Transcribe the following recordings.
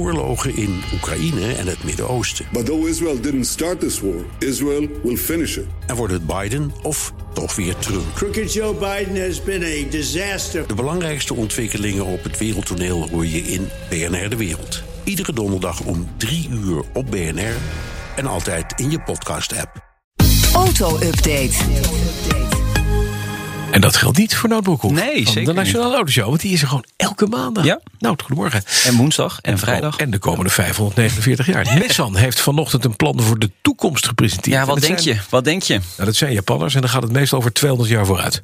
oorlogen in Oekraïne en het Midden-Oosten. But though Israel didn't start this war, Israel will finish it. En wordt het Biden of toch weer Trump? Crooked Joe Biden has been a disaster. De belangrijkste ontwikkelingen op het wereldtoneel hoor je in BNR De Wereld. Iedere donderdag om 3 uur op BNR en altijd in je podcast-app. Auto-update. En dat geldt niet voor Nout Broekhoff Nee, van zeker De Nationale Autoshow, want die is er gewoon elke maandag. Ja. Nou, goedemorgen. Oh, En woensdag en vrijdag. En de komende 549 jaar. Nissan heeft vanochtend een plan voor de toekomst gepresenteerd. Ja, En wat dat denk zijn- je? Wat denk je? Nou, dat zijn Japanners en dan gaat het meestal over 200 jaar vooruit.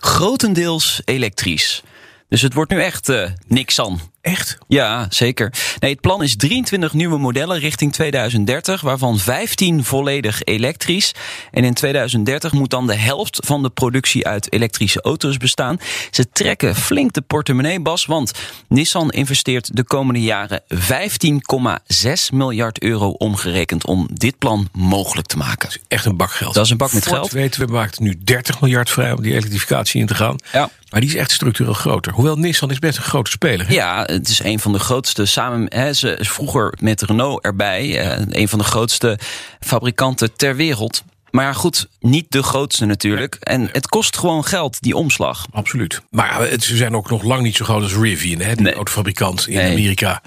Grotendeels elektrisch. Dus het wordt nu echt eh niks aan. Echt? Ja, zeker. Nee, het plan is 23 nieuwe modellen richting 2030, waarvan 15 volledig elektrisch. En in 2030 moet dan de helft van de productie uit elektrische auto's bestaan. Ze trekken flink de portemonnee, Bas, want Nissan investeert de komende jaren 15,6 miljard euro omgerekend om dit plan mogelijk te maken. Echt een bak geld. Dat is een bak met Ford geld. weten we maakt nu 30 miljard vrij om die elektrificatie in te gaan. Ja. Maar die is echt structureel groter. Hoewel Nissan is best een grote speler. hè? Ja, het is een van de grootste. Samen, hè, ze is vroeger met Renault erbij. eh, een van de grootste fabrikanten ter wereld. Maar ja, goed, niet de grootste natuurlijk. En het kost gewoon geld, die omslag. Absoluut. Maar het- ze zijn ook nog lang niet zo groot als Rivian, hè, die Nee. autofabrikant in Nee. Amerika.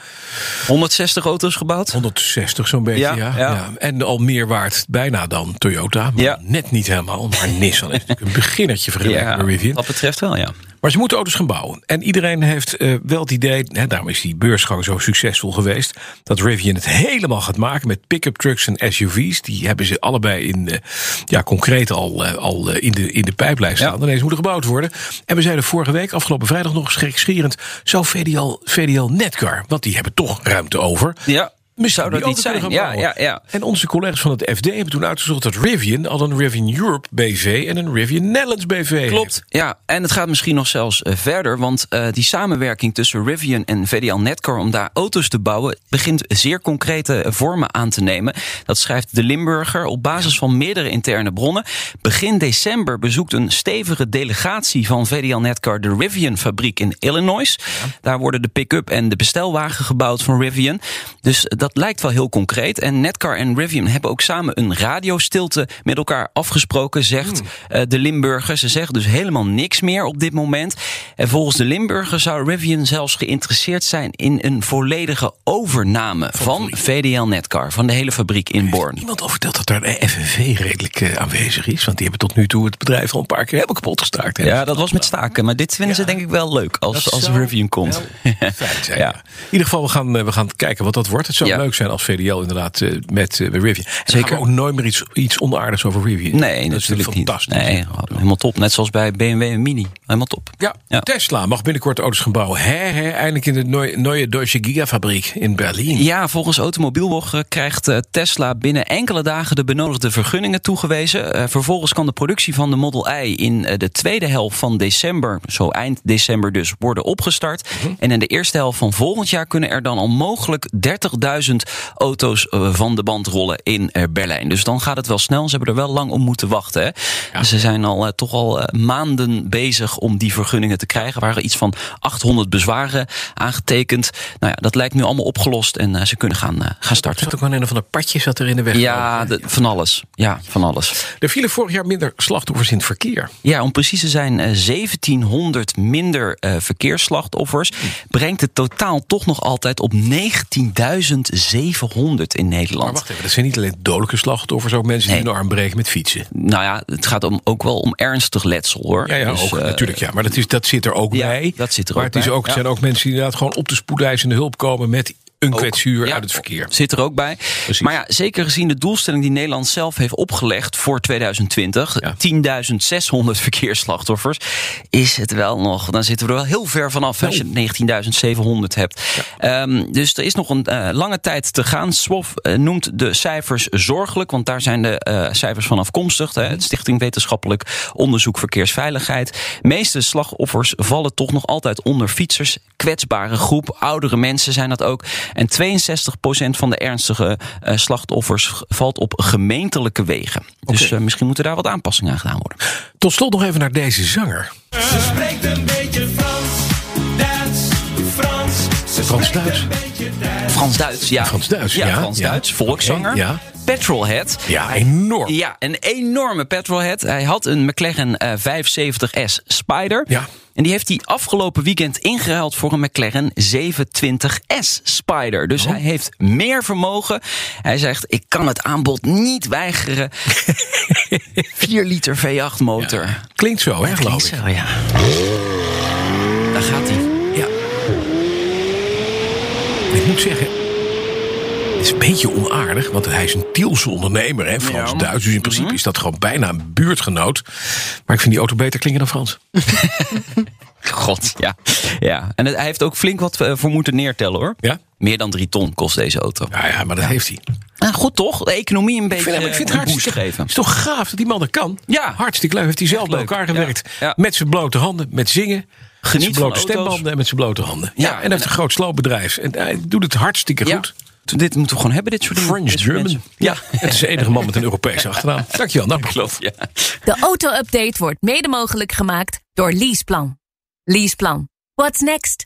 160 auto's gebouwd. 160 zo'n beetje, ja, Ja, ja, ja. En al meer waard bijna dan Toyota. Maar Ja. net niet helemaal. Maar Nissan is natuurlijk een beginnertje vergeleken Ja, met Rivian. wat betreft wel, ja. Maar ze moeten auto's gaan bouwen. En iedereen heeft eh, wel het idee, hè, daarom is die beursgang zo succesvol geweest, dat Rivian het helemaal gaat maken met pick-up trucks en SUV's. Die hebben ze allebei in, eh, ja, concreet al, eh, al eh, in, de, in de pijplijn staan. Ja. En deze moeten gebouwd worden. En we zeiden vorige week, afgelopen vrijdag nog schrikscherend, zou VDL, VDL Netcar, want die hebben toch ruimte over. Ja, Misschien zou dat die niet auto kunnen zijn? gaan Ja, bouwen. ja, ja. En onze collega's van het FD hebben toen uitgezocht dat Rivian al een Rivian Europe BV en een Rivian Netherlands BV heeft. Klopt, ja. En het gaat misschien nog zelfs eh, verder. Want eh, die samenwerking tussen Rivian en VDL Netcar om daar auto's te bouwen... begint zeer concrete eh, vormen aan te nemen. Dat schrijft de Limburger op basis van meerdere interne bronnen. Begin december bezoekt een stevige delegatie van VDL Netcar... de Rivian-fabriek in Illinois. Daar worden de pick-up en de bestelwagen gebouwd van Rivian. Dus dat lijkt wel heel concreet. En Netcar en Rivian hebben ook samen een radiostilte met elkaar afgesproken, zegt Hmm. eh, de Limburger. Ze zeggen dus helemaal niks meer op dit moment. En volgens de Limburger zou Rivian zelfs geïnteresseerd zijn in een volledige overname van VDL Netcar, van de hele fabriek in Born. Iemand al verteld dat daar de FNV redelijk eh, aanwezig is. Want die hebben tot nu toe het bedrijf al een paar keer helemaal kapot gestaakt. hè. Ja, dat was met staken, maar dit vinden ze denk ik wel leuk als, Dat als zou Rivian komt. wel fijn zijn, Ja. ja. In ieder geval, we gaan, eh, we gaan kijken wat dat wordt. Het zou Ja. leuk zijn als VDL inderdaad eh, met eh, met Rivian. En Zeker. Zeker. ook nooit meer iets, iets onaardigs over Rivian. Nee, dat natuurlijk is niet. fantastisch. Nee, helemaal top. Net zoals bij BMW en Mini. Helemaal top. Ja, Tesla mag binnenkort auto's gaan bouwen. Hè, hè, eindelijk in de Neu- Neue Deutsche Gigafabriek in Berlijn. Ja, volgens Automobielblog eh, krijgt eh, Tesla binnen enkele dagen de benodigde vergunningen toegewezen. Eh, Vervolgens kan de productie van de Model I in eh, de tweede helft van december, zo eind december dus, worden opgestart. Mhm. En in de eerste helft van volgend jaar kunnen er dan al mogelijk 30.000 auto's eh, van de band rollen in eh, Berlijn. Dus dan gaat het wel snel. Ze hebben er wel lang om moeten wachten. Hè? Ze zijn al eh, toch al eh, maanden bezig om die vergunningen te krijgen. Er waren iets van 800 bezwaren aangetekend. Nou ja, dat lijkt nu allemaal opgelost en eh, ze kunnen gaan, eh, gaan starten. Zat ook wel een van de padjes zat er in de weg. Ja, eh, de- van alles. Ja, van alles. Er vielen vorig jaar minder slachtoffers in het verkeer. Ja, om precies te zijn, eh, 1700 minder eh, verkeersslachtoffers. Brengt het totaal toch nog altijd op 19.700 in Nederland. Maar wacht even, dat zijn niet alleen dodelijke slachtoffers, ook mensen die Nee. hun arm breken met fietsen. Nou ja, het gaat om, ook wel om ernstig letsel hoor. Ja, ja Dus, ook, eh, natuurlijk. Ja. Maar dat, is, dat zit er ook ja, bij. dat zit er maar ook het, is bij, ook, het ja. zijn ook mensen die inderdaad gewoon op de spoedeisende hulp komen met een kwetsuur ja, uit het verkeer. Zit er ook bij. Maar ja, zeker gezien de doelstelling die Nederland zelf heeft opgelegd voor 2020, Ja. 10.600 verkeersslachtoffers, is het wel nog, dan zitten we er wel heel ver vanaf hè, als Nou. je 19.700 hebt. Ehm, dus er is nog een eh, lange tijd te gaan. SWOF eh, noemt de cijfers zorgelijk, want daar zijn de eh, cijfers van afkomstig. Hè, Stichting Wetenschappelijk Onderzoek Verkeersveiligheid. meeste slachtoffers vallen toch nog altijd onder fietsers. Kwetsbare groep, oudere mensen zijn dat ook. En 62% van de ernstige eh, slachtoffers g- valt op gemeentelijke wegen. Dus eh, misschien moeten daar wat aanpassingen aan gedaan worden. Tot slot nog even naar deze zanger. Ze spreekt een beetje Frans, Duits, Frans. Ze Frans spreekt Duits. een beetje Duits. Frans-Duits, ja. Frans-Duits, ja, Frans-Duits, ja. volkszanger. Oké, ja. Petrolhead. Ja, Hij- enorm. Ja, een enorme petrolhead. Hij had een McLaren eh, 570S Spider. Ja. En die heeft hij afgelopen weekend ingeruild voor een McLaren 720S Spider. Oh. Dus hij heeft meer vermogen. Hij zegt, ik kan het aanbod niet weigeren. 4 liter V8 motor. Klinkt zo, hè, Oh geloof Klinkt ik. zo, ja. Daar gaat hij. Ja. Ik moet zeggen, het is een beetje onaardig, want hij is een Tielse ondernemer, hè, Frans-Duits. Dus in principe Mhm. is dat gewoon bijna een buurtgenoot. Maar ik vind die auto beter klinken dan Frans. God, ja. ja. En het- hij heeft ook flink wat eh, voor moeten neertellen, hoor. Ja? Meer dan drie ton kost deze auto. Ja, ja maar dat heeft hij. Nou, goed toch? De economie een beetje Ik vind, hem- ik vind eh, het een boost hartstikke geven. Het is toch gaaf dat die man dat kan? Ja. Hartstikke leuk. Heeft hij zelf Echt bij leuk. elkaar Ja. gewerkt. Ja. Met zijn blote handen, met zingen. met zijn Geniet van blote auto's. stembanden en met zijn blote handen. Ja, Ja, en hij heeft en- een groot sloopbedrijf. En hij doet het hartstikke Ja. goed. Dit moeten we gewoon hebben, dit soort dingen. French Dit soort German. mensen. Ja. Het is de enige man met een Europese achternaam. Dankjewel. Nou, Klopt, ja. De auto-update wordt mede mogelijk gemaakt door Leaseplan. Leaseplan. What's next?